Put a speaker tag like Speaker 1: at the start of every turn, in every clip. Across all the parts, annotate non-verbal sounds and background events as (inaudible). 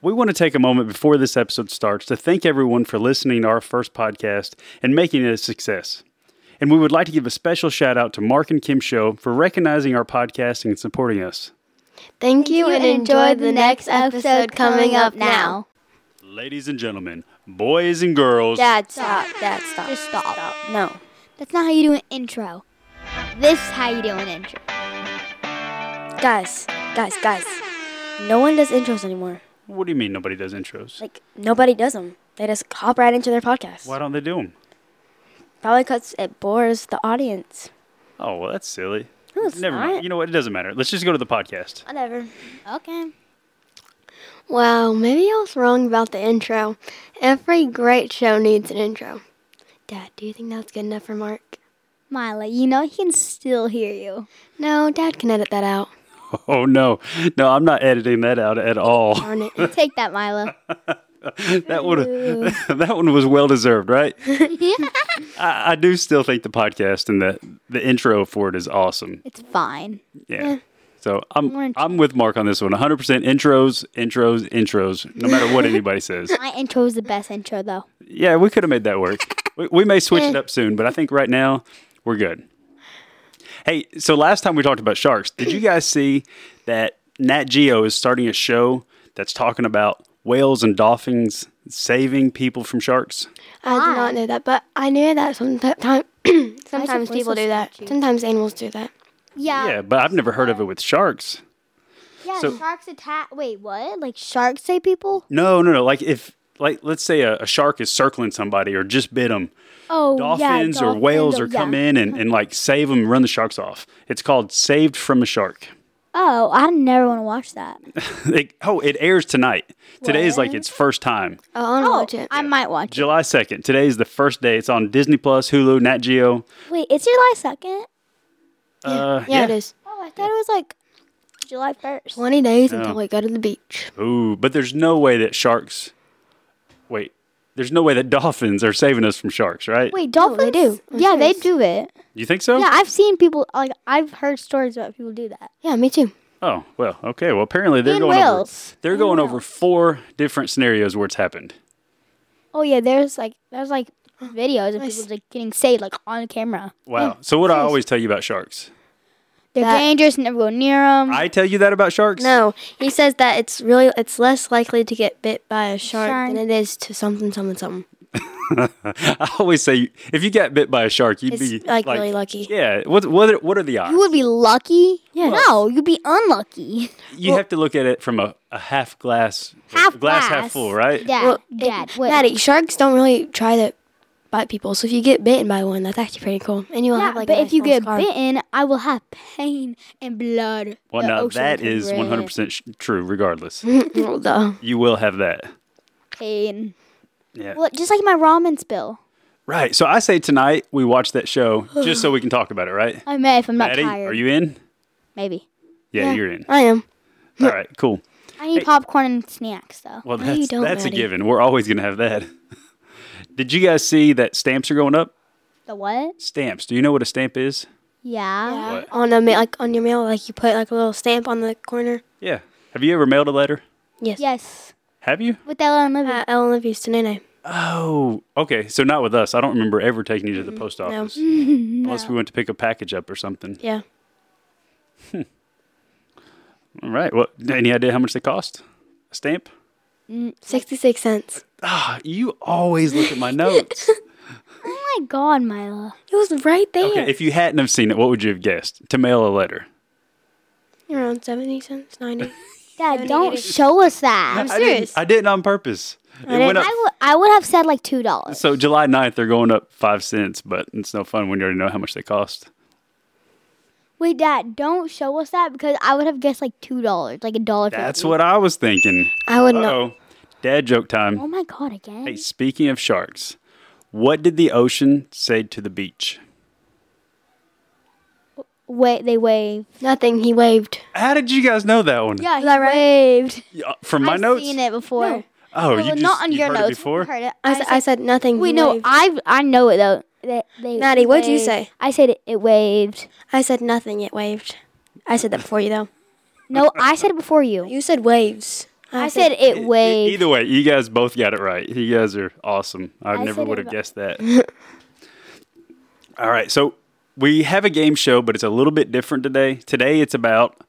Speaker 1: We want to take a moment before this episode starts to thank everyone for listening to our first podcast and making it a success. And we would like to give a special shout out to Mark and Kim Show for recognizing our podcast and supporting us.
Speaker 2: Thank you and enjoy the next episode coming up now.
Speaker 1: Ladies and gentlemen, boys and girls,
Speaker 3: Dad, stop. Dad, stop.
Speaker 2: Just stop.
Speaker 3: No.
Speaker 2: That's not how you do an intro. This is how you do an intro.
Speaker 3: Guys, guys, guys. No one does intros anymore.
Speaker 1: what do you mean nobody does intros?
Speaker 3: Like, nobody does them. They just hop right into their podcast.
Speaker 1: Why don't they do them?
Speaker 3: Probably because it bores the audience.
Speaker 1: Oh, well, that's silly.
Speaker 3: No, it's
Speaker 1: Never
Speaker 3: not.
Speaker 1: mind. You know what? It doesn't matter. Let's just go to the podcast.
Speaker 3: Whatever.
Speaker 2: Okay. Wow, maybe I was wrong about the intro. Every great show needs an intro. Dad, do you think that's good enough for Mark?
Speaker 4: Mila, you know he can still hear you.
Speaker 2: No, Dad can edit that out.
Speaker 1: Oh, no. No, I'm not editing that out at all.
Speaker 3: (laughs)
Speaker 2: Darn it.
Speaker 4: Take that, (laughs) Mila.
Speaker 1: (laughs) that one (laughs) that one was well deserved, right? I, I do still think the podcast and the the intro for it is awesome.
Speaker 4: It's fine.
Speaker 1: Yeah. So
Speaker 4: More
Speaker 1: I'm
Speaker 4: intro.
Speaker 1: I'm with Mark on this one. 100% intros, intros, intros. No matter
Speaker 4: (laughs)
Speaker 1: what anybody says.
Speaker 4: My intro is the best intro, though.
Speaker 1: Yeah, we could have made that work. we, we may switch it up soon, but I think right now we're good. Hey, so last time we talked about sharks, did you guys see that Nat Geo is starting a show that's talking about whales and dolphins saving people from sharks?
Speaker 2: I did not know that, but I knew that sometimes (clears throat) sometimes
Speaker 4: voice
Speaker 2: people
Speaker 4: so
Speaker 2: do that.
Speaker 4: scratchy?
Speaker 2: Sometimes animals do that.
Speaker 4: Yeah.
Speaker 1: Yeah, but I've never heard of it with sharks.
Speaker 4: Yeah,
Speaker 1: So-
Speaker 4: sharks attack. Wait, what? Like sharks say people?
Speaker 1: No, no, no. Like if, like, let's say a, a shark is circling somebody or just bit them.
Speaker 4: Oh,
Speaker 1: Dolphins
Speaker 4: yeah,
Speaker 1: or whales
Speaker 4: dolphins,
Speaker 1: or come
Speaker 4: yeah.
Speaker 1: in and, and like save them, run the sharks off. It's called Saved from a Shark. (laughs)
Speaker 4: Oh, I never want to watch that.
Speaker 1: It, oh, it airs tonight. Today is like its first time,
Speaker 2: Oh, I want to
Speaker 4: Oh,
Speaker 2: watch it.
Speaker 4: I might watch.
Speaker 1: July second. Today is the first day. It's on Disney Plus, Hulu, Nat Geo.
Speaker 4: it. Wait, it's July second.
Speaker 1: Uh,
Speaker 2: yeah, it is.
Speaker 4: Oh, I thought it was like July first.
Speaker 2: 20 days
Speaker 1: Yeah.
Speaker 2: until we go to the beach.
Speaker 1: Ooh, but there's no way that sharks. Wait, there's no way that dolphins are saving us from sharks, right?
Speaker 4: Wait, dolphins?
Speaker 2: they do. I'm
Speaker 4: Yeah, Oh, they
Speaker 2: serious.
Speaker 4: do it.
Speaker 1: You think so?
Speaker 4: Yeah, I've seen people. Like I've heard stories about people do that.
Speaker 2: Yeah, me too.
Speaker 1: Oh well, okay. Well, apparently they're
Speaker 4: And
Speaker 1: going
Speaker 4: whales.
Speaker 1: over. They're going over four different scenarios where it's happened.
Speaker 4: Oh yeah, there's like there's like videos of
Speaker 2: Nice.
Speaker 4: people like getting saved like on camera.
Speaker 2: Oh,
Speaker 1: Wow. So what do I always tell you about sharks?
Speaker 4: They're
Speaker 2: That-
Speaker 4: dangerous. Never go near them.
Speaker 1: I tell you that about sharks.
Speaker 2: No, he says that it's really it's less likely to get bit by a shark
Speaker 4: Shark.
Speaker 2: than it is to something something something.
Speaker 1: (laughs) I always say if you got bit by a shark, you'd
Speaker 2: It's
Speaker 1: be
Speaker 2: like, really lucky.
Speaker 1: Yeah. What what are- what are the odds?
Speaker 4: you would be lucky.
Speaker 2: Yeah.
Speaker 4: No, you'd be unlucky.
Speaker 1: You have to look at it from a, a half glass
Speaker 4: Half
Speaker 1: glass, half
Speaker 4: glass.
Speaker 1: full, right?
Speaker 4: Dad,
Speaker 2: Well, it-
Speaker 4: Dad, wait.
Speaker 2: Maddie, sharks don't really try to bite people, so if you get bitten by one, that's actually pretty cool. And you'll
Speaker 4: Yeah,
Speaker 2: have like a
Speaker 4: but
Speaker 2: nice
Speaker 4: if you
Speaker 2: little
Speaker 4: get
Speaker 2: scar. (laughs)
Speaker 4: bitten, I will have pain and blood.
Speaker 1: Well,
Speaker 4: The
Speaker 1: now
Speaker 4: ocean
Speaker 1: that
Speaker 4: can
Speaker 1: is
Speaker 4: red.
Speaker 1: 100% sh- true
Speaker 2: (laughs)
Speaker 1: regardless.
Speaker 2: Well, duh.
Speaker 1: you will have that.
Speaker 4: pain.
Speaker 1: Yeah.
Speaker 4: Well, just like my ramen spill.
Speaker 1: Right. So I say tonight we watch that show just so we can talk about it,
Speaker 2: (sighs)
Speaker 1: right?
Speaker 4: I may if I'm not
Speaker 1: Maddie,
Speaker 4: tired.
Speaker 1: are you in?
Speaker 4: Maybe.
Speaker 1: Yeah, you're
Speaker 2: (laughs)
Speaker 1: in.
Speaker 2: I am.
Speaker 1: All right, cool.
Speaker 4: I need popcorn and snacks though.
Speaker 1: Well,
Speaker 2: No, you
Speaker 1: that's
Speaker 2: don't,
Speaker 1: that's a
Speaker 2: Maddie.
Speaker 1: given. We're always going to have that. (laughs) Did you guys see that stamps are going up?
Speaker 4: The what?
Speaker 1: Stamps. Do you know what a stamp is?
Speaker 4: Yeah.
Speaker 1: What?
Speaker 2: On a ma- like on your mail, like you put like a little stamp on the corner.
Speaker 1: Yeah. Have you ever mailed a letter?
Speaker 2: Yes.
Speaker 4: Yes.
Speaker 1: Have you?
Speaker 4: With Ella and Libby.
Speaker 2: Uh, Ellen live used to Nene.
Speaker 1: Oh, okay. So not with us. I don't remember ever taking you to
Speaker 4: Mm,
Speaker 1: the post
Speaker 4: (laughs)
Speaker 1: office. Unless we went to pick a package up or something.
Speaker 2: Yeah.
Speaker 1: All right. Well, any idea how much they cost? A stamp?
Speaker 2: Sixty six cents.
Speaker 1: Ah, you always look at
Speaker 4: (laughs)
Speaker 1: my notes.
Speaker 4: oh my God, Mila.
Speaker 2: It was right there.
Speaker 1: okay, if you hadn't have seen it, what would you have guessed? To mail a letter.
Speaker 2: Around seventy cents,
Speaker 1: (laughs)
Speaker 2: ninety.
Speaker 4: Dad, don't show us that.
Speaker 1: I didn't-
Speaker 2: serious.
Speaker 1: I didn't on purpose. It went up-
Speaker 4: I would I would have said like two dollars.
Speaker 1: so July 9th, they're going up five cents, but it's no fun when you already know how much they cost.
Speaker 4: Wait, Dad, don't show us that because I would have guessed like two dollars, like a dollar.
Speaker 1: That's what I was thinking.
Speaker 2: I would not.
Speaker 1: Oh, dad joke time.
Speaker 4: Oh my God! Again.
Speaker 1: Hey, speaking of sharks, what did the ocean say to the beach?
Speaker 4: Wait, they wave.
Speaker 2: Nothing. He waved.
Speaker 1: How did you guys know that one?
Speaker 4: Yeah, he waved.
Speaker 1: Yeah, From my
Speaker 4: I've
Speaker 1: notes.
Speaker 4: seen it before.
Speaker 1: Oh, you
Speaker 4: Well,
Speaker 1: just,
Speaker 4: not on
Speaker 1: you
Speaker 4: your
Speaker 1: heard
Speaker 4: notes.
Speaker 1: it before.
Speaker 4: We heard it.
Speaker 2: I, s- I said nothing.
Speaker 4: we
Speaker 2: he
Speaker 4: know.
Speaker 2: waved.
Speaker 4: I I know it though. They, they
Speaker 2: Maddie, what'd you
Speaker 4: waved.
Speaker 2: say?
Speaker 4: I said it, it waved.
Speaker 2: I said nothing. It waved. I said that before you though. (laughs)
Speaker 4: No, I said it before you.
Speaker 2: You said waves.
Speaker 4: I said it
Speaker 1: E-
Speaker 4: weighed.
Speaker 1: Either way, you guys both got it right. You guys are awesome. I,
Speaker 4: I
Speaker 1: never
Speaker 4: said
Speaker 1: would
Speaker 4: it
Speaker 1: have
Speaker 4: about-
Speaker 1: guessed that.
Speaker 4: (laughs)
Speaker 1: All right, so we have a game show, but it's a little bit different today. Today it's about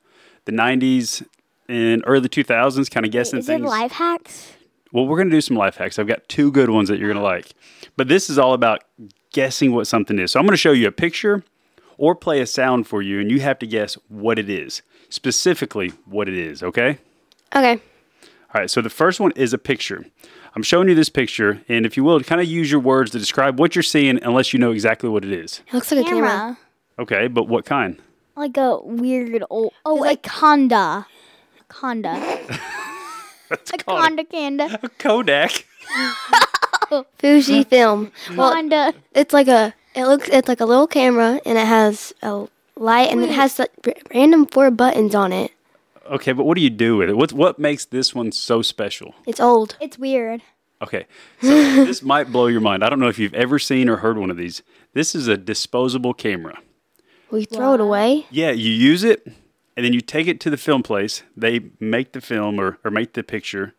Speaker 1: the '90s and early 2000s, kind of guessing
Speaker 4: Is it
Speaker 1: things.
Speaker 4: life hacks?
Speaker 1: Well, we're gonna do some life hacks. I've got two good ones that you're gonna like, but this is all about guessing what something is. So I'm gonna show you a picture or play a sound for you, and you have to guess what it is specifically. What it is, okay?
Speaker 2: Okay.
Speaker 1: All right, so the first one is a picture. I'm showing you this picture, and if you will, kind of use your words to describe what you're seeing unless you know exactly what it is.
Speaker 2: It looks like a camera.
Speaker 4: Camera.
Speaker 1: Okay, but what kind?
Speaker 4: Like a weird old. Oh, like Conda.
Speaker 2: (laughs)
Speaker 4: Conda. (laughs)
Speaker 1: That's
Speaker 4: A Conda Canda.
Speaker 1: Kodak.
Speaker 2: Fuji film. Well,
Speaker 4: Conda.
Speaker 2: it's like a it looks it's like a little camera and it has a light and it has like r- random four buttons on it.
Speaker 1: Okay, but what do you do with it? What what makes this one so special?
Speaker 2: It's old.
Speaker 4: It's weird.
Speaker 1: Okay, so this might blow your mind. I don't know if you've ever seen or heard one of these. This is a disposable camera.
Speaker 2: We throw it away.
Speaker 1: Yeah, you use it, and then you take it to the film place. They make the film or, or make the picture,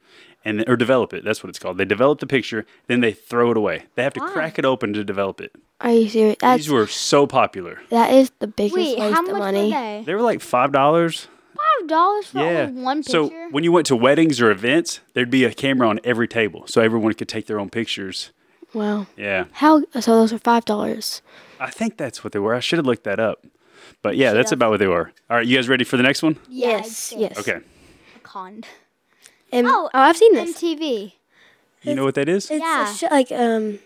Speaker 1: and or develop it. That's what it's called. They develop the picture, then they throw it away. They
Speaker 4: Ah.
Speaker 1: have to crack it open to develop it.
Speaker 2: Are you serious? That's
Speaker 1: These were so popular.
Speaker 2: that is the biggest
Speaker 4: Wait,
Speaker 2: waste
Speaker 4: how
Speaker 2: of
Speaker 4: much
Speaker 2: money.
Speaker 4: were they?
Speaker 1: They were like five dollars.
Speaker 4: Five dollars for
Speaker 1: Yeah.
Speaker 4: only one picture.
Speaker 1: so when you went to weddings or events, there'd be a camera on every table, so everyone could take their own pictures.
Speaker 2: Wow.
Speaker 1: Yeah,
Speaker 2: How so? Those are five dollars.
Speaker 1: I think that's what they were. I should have looked that up, but yeah, that's about what they were. All right, you guys ready for the next one?
Speaker 4: Yeah,
Speaker 2: yes.
Speaker 4: it's
Speaker 2: Yes.
Speaker 1: Okay.
Speaker 4: a Conda.
Speaker 2: And-
Speaker 4: Oh,
Speaker 2: oh, I've seen this.
Speaker 4: MTV.
Speaker 1: You know what that is?
Speaker 2: It's a
Speaker 4: Yeah.
Speaker 2: sh- like um,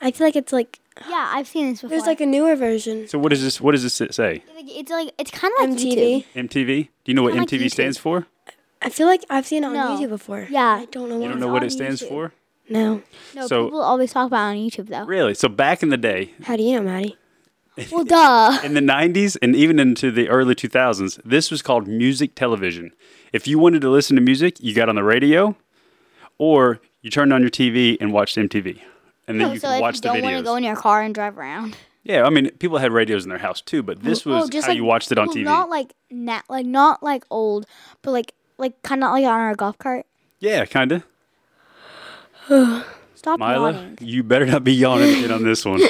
Speaker 2: I feel like it's like
Speaker 4: Yeah, I've seen this before.
Speaker 2: there's like a newer version.
Speaker 1: So what does this? What does this say?
Speaker 4: it's like it's kind of like
Speaker 2: MTV.
Speaker 4: YouTube.
Speaker 1: MTV? Do you know what
Speaker 4: Kinda like
Speaker 1: MTV
Speaker 4: YouTube.
Speaker 1: stands for?
Speaker 2: I feel like I've seen it on
Speaker 4: No.
Speaker 2: YouTube before.
Speaker 4: Yeah.
Speaker 2: I don't know.
Speaker 1: You
Speaker 2: What
Speaker 1: don't
Speaker 2: it's
Speaker 1: know what
Speaker 4: on
Speaker 1: it stands
Speaker 4: YouTube.
Speaker 1: for?
Speaker 2: No.
Speaker 4: No,
Speaker 1: So-
Speaker 4: people always talk about it on YouTube though.
Speaker 1: Really? So back in the day,
Speaker 2: How do you know, Maddie?
Speaker 4: Well, duh.
Speaker 1: in the 90s and even into the early 2000s, this was called music television. If you wanted to listen to music, you got on the radio or you turned on your TV and watched MTV. And then you
Speaker 4: Oh, (laughs) so
Speaker 1: could
Speaker 4: if
Speaker 1: watch
Speaker 4: you
Speaker 1: the
Speaker 4: don't want
Speaker 1: videos.
Speaker 4: to go in your car and drive around,
Speaker 1: yeah, I mean, people had radios in their house too, but
Speaker 4: Oh,
Speaker 1: this was how you watched it on
Speaker 4: well,
Speaker 1: TV.
Speaker 4: Not like na- like not like old, but like like kind of like on our golf cart.
Speaker 1: yeah, kind of.
Speaker 4: Stop
Speaker 1: Mila,
Speaker 4: yawning.
Speaker 1: you better not be yawning again on this one.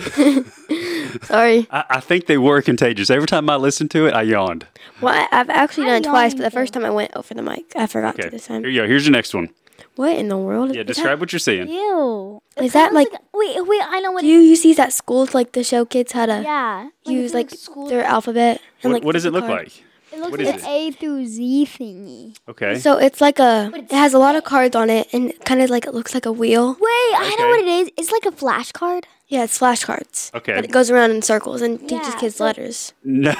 Speaker 2: Sorry.
Speaker 1: I, I think they were contagious. Every time I listened to it, I yawned.
Speaker 2: Well, I, I've actually
Speaker 4: I'm
Speaker 2: done it twice,
Speaker 4: yawning
Speaker 2: but the first time I went over the mic, I forgot
Speaker 1: Okay,
Speaker 2: to this
Speaker 1: here
Speaker 2: time.
Speaker 1: you go. Here's your next one.
Speaker 2: What in the world?
Speaker 1: Yeah,
Speaker 2: Is that-
Speaker 1: describe what you're seeing.
Speaker 4: Ew. It
Speaker 2: Is that
Speaker 4: sounds
Speaker 2: like-
Speaker 4: Wait, wait. I know what.
Speaker 2: Do you, you see that schools like the show kids how to
Speaker 4: yeah.
Speaker 2: use
Speaker 4: it's
Speaker 2: like,
Speaker 4: school.
Speaker 2: their alphabet?
Speaker 1: What,
Speaker 2: And, like,
Speaker 1: what does it
Speaker 2: different
Speaker 1: look
Speaker 2: cards?
Speaker 1: like?
Speaker 4: It looks
Speaker 1: what is
Speaker 4: like
Speaker 1: it?
Speaker 4: an A through Z thingy.
Speaker 1: Okay.
Speaker 2: So it's like a.
Speaker 4: But
Speaker 2: It
Speaker 4: it's
Speaker 2: has a lot of cards on it, and kind of like it looks like a wheel.
Speaker 4: Wait, I know
Speaker 1: Okay.
Speaker 4: what it is. It's like a flashcard.
Speaker 2: Yeah, it's flashcards.
Speaker 1: Okay.
Speaker 2: But it goes around in circles and teaches
Speaker 4: Yeah,
Speaker 2: kids
Speaker 4: so-
Speaker 2: letters.
Speaker 1: (laughs) no.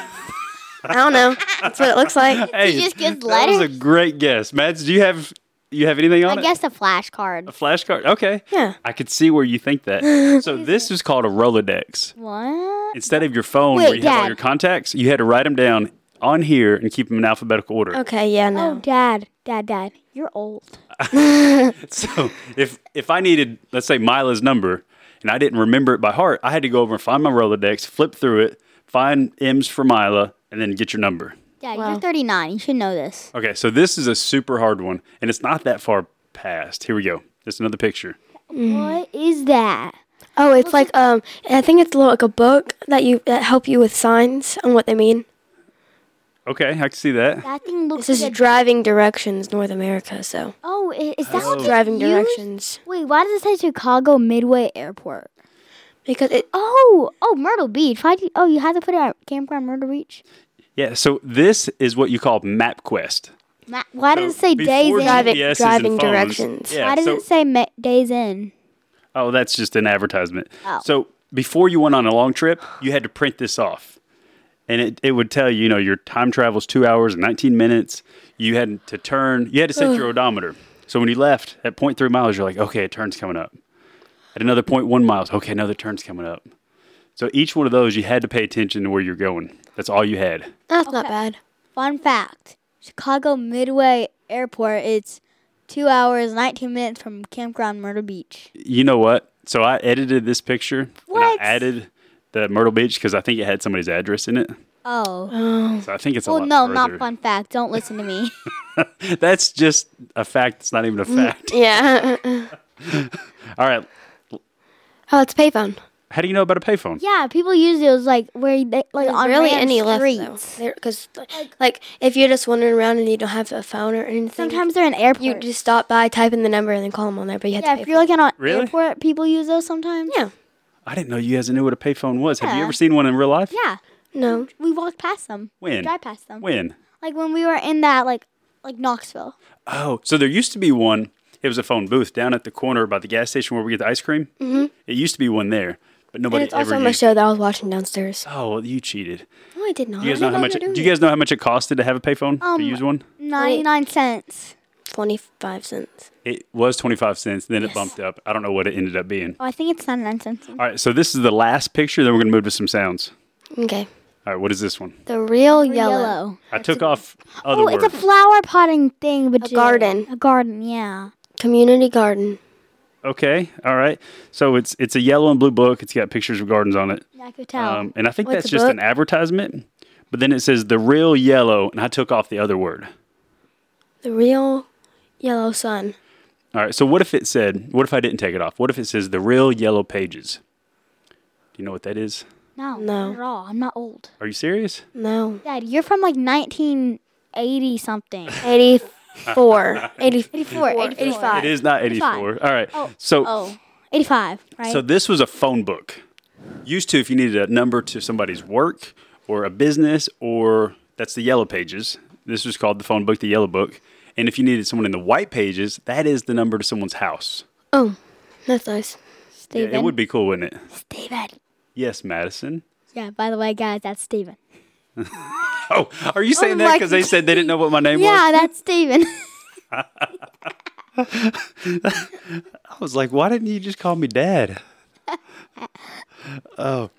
Speaker 2: I don't know. That's what it
Speaker 1: (laughs)
Speaker 2: looks like.
Speaker 1: hey,
Speaker 4: just gives
Speaker 1: that was a great guess. Mads, do you have you have anything on
Speaker 4: I
Speaker 1: it?
Speaker 4: guess a flashcard.
Speaker 1: A flashcard. Okay.
Speaker 2: Yeah.
Speaker 1: I could see where you think that. so this is called a Rolodex.
Speaker 4: What?
Speaker 1: Instead of your phone where
Speaker 4: Wait,
Speaker 1: you have all
Speaker 4: Dad.
Speaker 1: your contacts, you had to write them down on here and keep them in alphabetical order.
Speaker 2: Okay, yeah, no.
Speaker 4: Oh, Dad, Dad, Dad, you're old.
Speaker 1: So if if I needed, let's say Mila's number, and I didn't remember it by heart, I had to go over and find my Rolodex, flip through it, find M's for Mila, and then get your number.
Speaker 4: Dad, you're 39. You should know this.
Speaker 1: Okay, so this is a super hard one, and it's not that far past. Here we go. Just another picture.
Speaker 4: What is that?
Speaker 2: Oh, it's like um, I think it's a little, like a book that you that help you with signs and what they mean.
Speaker 1: Okay, I can see that.
Speaker 4: That thing
Speaker 2: It
Speaker 4: looks
Speaker 2: says
Speaker 4: like a-
Speaker 2: driving directions North America, so
Speaker 4: Oh, i- is that what they
Speaker 2: driving
Speaker 4: use?
Speaker 2: directions
Speaker 4: Wait, why does it say Chicago Midway Airport?
Speaker 2: because it
Speaker 4: Oh, oh, Myrtle Beach. Why do you, oh, you had to put it at campground Myrtle Beach?
Speaker 1: Yeah, so this is what you call MapQuest.
Speaker 4: Ma- Why does it say days
Speaker 1: Before
Speaker 4: in?
Speaker 2: Driving-
Speaker 1: GPSs and
Speaker 2: driving
Speaker 1: phones-
Speaker 2: directions.
Speaker 1: Yeah,
Speaker 4: Why does
Speaker 1: so-
Speaker 4: it say ma- days in?
Speaker 1: Oh, that's just an advertisement.
Speaker 4: Oh.
Speaker 1: So before you went on a long trip, you had to print this off. And it, it would tell you, you know, your time travels two hours and 19 minutes. You had to turn, you had to set your odometer. So when you left at 0.3 miles, you're like, okay, a turn's coming up. At another 0.1 miles, okay, another turn's coming up. So each one of those, you had to pay attention to where you're going. That's all you had.
Speaker 2: that's not bad.
Speaker 4: Fun fact Chicago Midway Airport It's two hours, 19 minutes from campground Myrtle Beach.
Speaker 1: You know what? So I edited this picture. And
Speaker 4: What?
Speaker 1: I added the Myrtle Beach because I think it had somebody's address in it.
Speaker 4: Oh.
Speaker 2: Oh.
Speaker 1: So I think it's a
Speaker 4: Well,
Speaker 1: lot
Speaker 4: no,
Speaker 1: further.
Speaker 4: not fun fact. Don't listen to (laughs) me.
Speaker 1: That's just a fact. It's not even a fact.
Speaker 2: Yeah. (laughs)
Speaker 1: All right.
Speaker 2: oh, it's payphone.
Speaker 1: How do you know about a payphone?
Speaker 4: yeah, people use those like where they like on
Speaker 2: really
Speaker 4: random
Speaker 2: any
Speaker 4: streets.
Speaker 2: left though, because like, if you're just wandering around and you don't have a phone or anything,
Speaker 4: Sometimes they're in airports.
Speaker 2: you just stop by, type in the number, and then call them on there. But you have
Speaker 4: yeah,
Speaker 2: to
Speaker 4: if
Speaker 2: pay.
Speaker 4: you're looking on
Speaker 1: Really?
Speaker 4: airport, people use those sometimes.
Speaker 2: Yeah.
Speaker 1: I didn't know you guys knew what a payphone was. Have you
Speaker 4: Yeah.
Speaker 1: ever seen one in real life?
Speaker 4: Yeah,
Speaker 2: no.
Speaker 4: we walked past them.
Speaker 1: When?
Speaker 4: Drive past them.
Speaker 1: When?
Speaker 4: Like when we were in that like like Knoxville.
Speaker 1: Oh, so there used to be one. It was a phone booth down at the corner by the gas station where we get the ice cream. Mm-hmm. It used to be one there, but
Speaker 2: And
Speaker 1: nobody
Speaker 2: it's also
Speaker 1: ever
Speaker 2: on my
Speaker 1: used.
Speaker 2: show that I was watching downstairs.
Speaker 1: Oh, well, you cheated.
Speaker 2: No, Oh, I did not.
Speaker 1: Do you guys
Speaker 2: I
Speaker 1: know
Speaker 2: didn't
Speaker 1: how much?
Speaker 2: you were
Speaker 1: Do you
Speaker 2: doing
Speaker 1: guys know how much it costed to have a payphone
Speaker 4: Um,
Speaker 1: to use one?
Speaker 4: Ninety nine cents.
Speaker 2: it. twenty-five cents.
Speaker 1: It was twenty five cents. Then it bumped up. I don't know what it ended up being.
Speaker 4: Oh, I think it's ninety nine cents.
Speaker 1: All right, so this is the last picture. Then we're gonna move to some sounds.
Speaker 2: Okay.
Speaker 1: All right, what is this one?
Speaker 2: The real
Speaker 4: Yellow.
Speaker 2: yellow.
Speaker 1: I took off other
Speaker 4: Oh,
Speaker 1: words.
Speaker 4: it's a flower potting thing, but you-
Speaker 2: garden.
Speaker 4: A garden, yeah.
Speaker 2: community garden.
Speaker 1: okay, all right. So it's it's a yellow and blue book. It's got pictures of gardens on it.
Speaker 4: I could tell.
Speaker 1: Um, and I think
Speaker 2: What's
Speaker 1: that's
Speaker 2: a
Speaker 1: just
Speaker 2: book?
Speaker 1: an advertisement. But then it says the real yellow, and I took off the other word.
Speaker 2: The real yellow sun.
Speaker 1: All right. So what if it said? What if I didn't take it off? What if it says the real yellow pages? Do you know what that is?
Speaker 4: no,
Speaker 2: no.
Speaker 4: not at all. I'm not old.
Speaker 1: Are you serious?
Speaker 2: No.
Speaker 4: Dad, you're from like 1980 something. (laughs)
Speaker 2: 84. 80,
Speaker 4: 84, 85.
Speaker 1: It is not
Speaker 4: fine.
Speaker 1: eighty-four. All right. so
Speaker 4: Oh, 85, right?
Speaker 1: so this was a phone book. Used to, if you needed a number to somebody's work or a business, or that's the yellow pages. This was called the phone book, the yellow book. And if you needed someone in the white pages, that is the number to someone's house.
Speaker 2: Oh, that's nice.
Speaker 1: Yeah,
Speaker 4: Steven.
Speaker 1: it would be cool, wouldn't it?
Speaker 4: Steven.
Speaker 1: Yes, Madison.
Speaker 4: Yeah, by the way, guys, that's Steven.
Speaker 1: Oh, are you saying that
Speaker 4: my
Speaker 1: because they said they didn't know what my name was?
Speaker 4: Yeah, that's Steven.
Speaker 1: I was like, why didn't you just call me
Speaker 4: (laughs)
Speaker 1: dad? oh,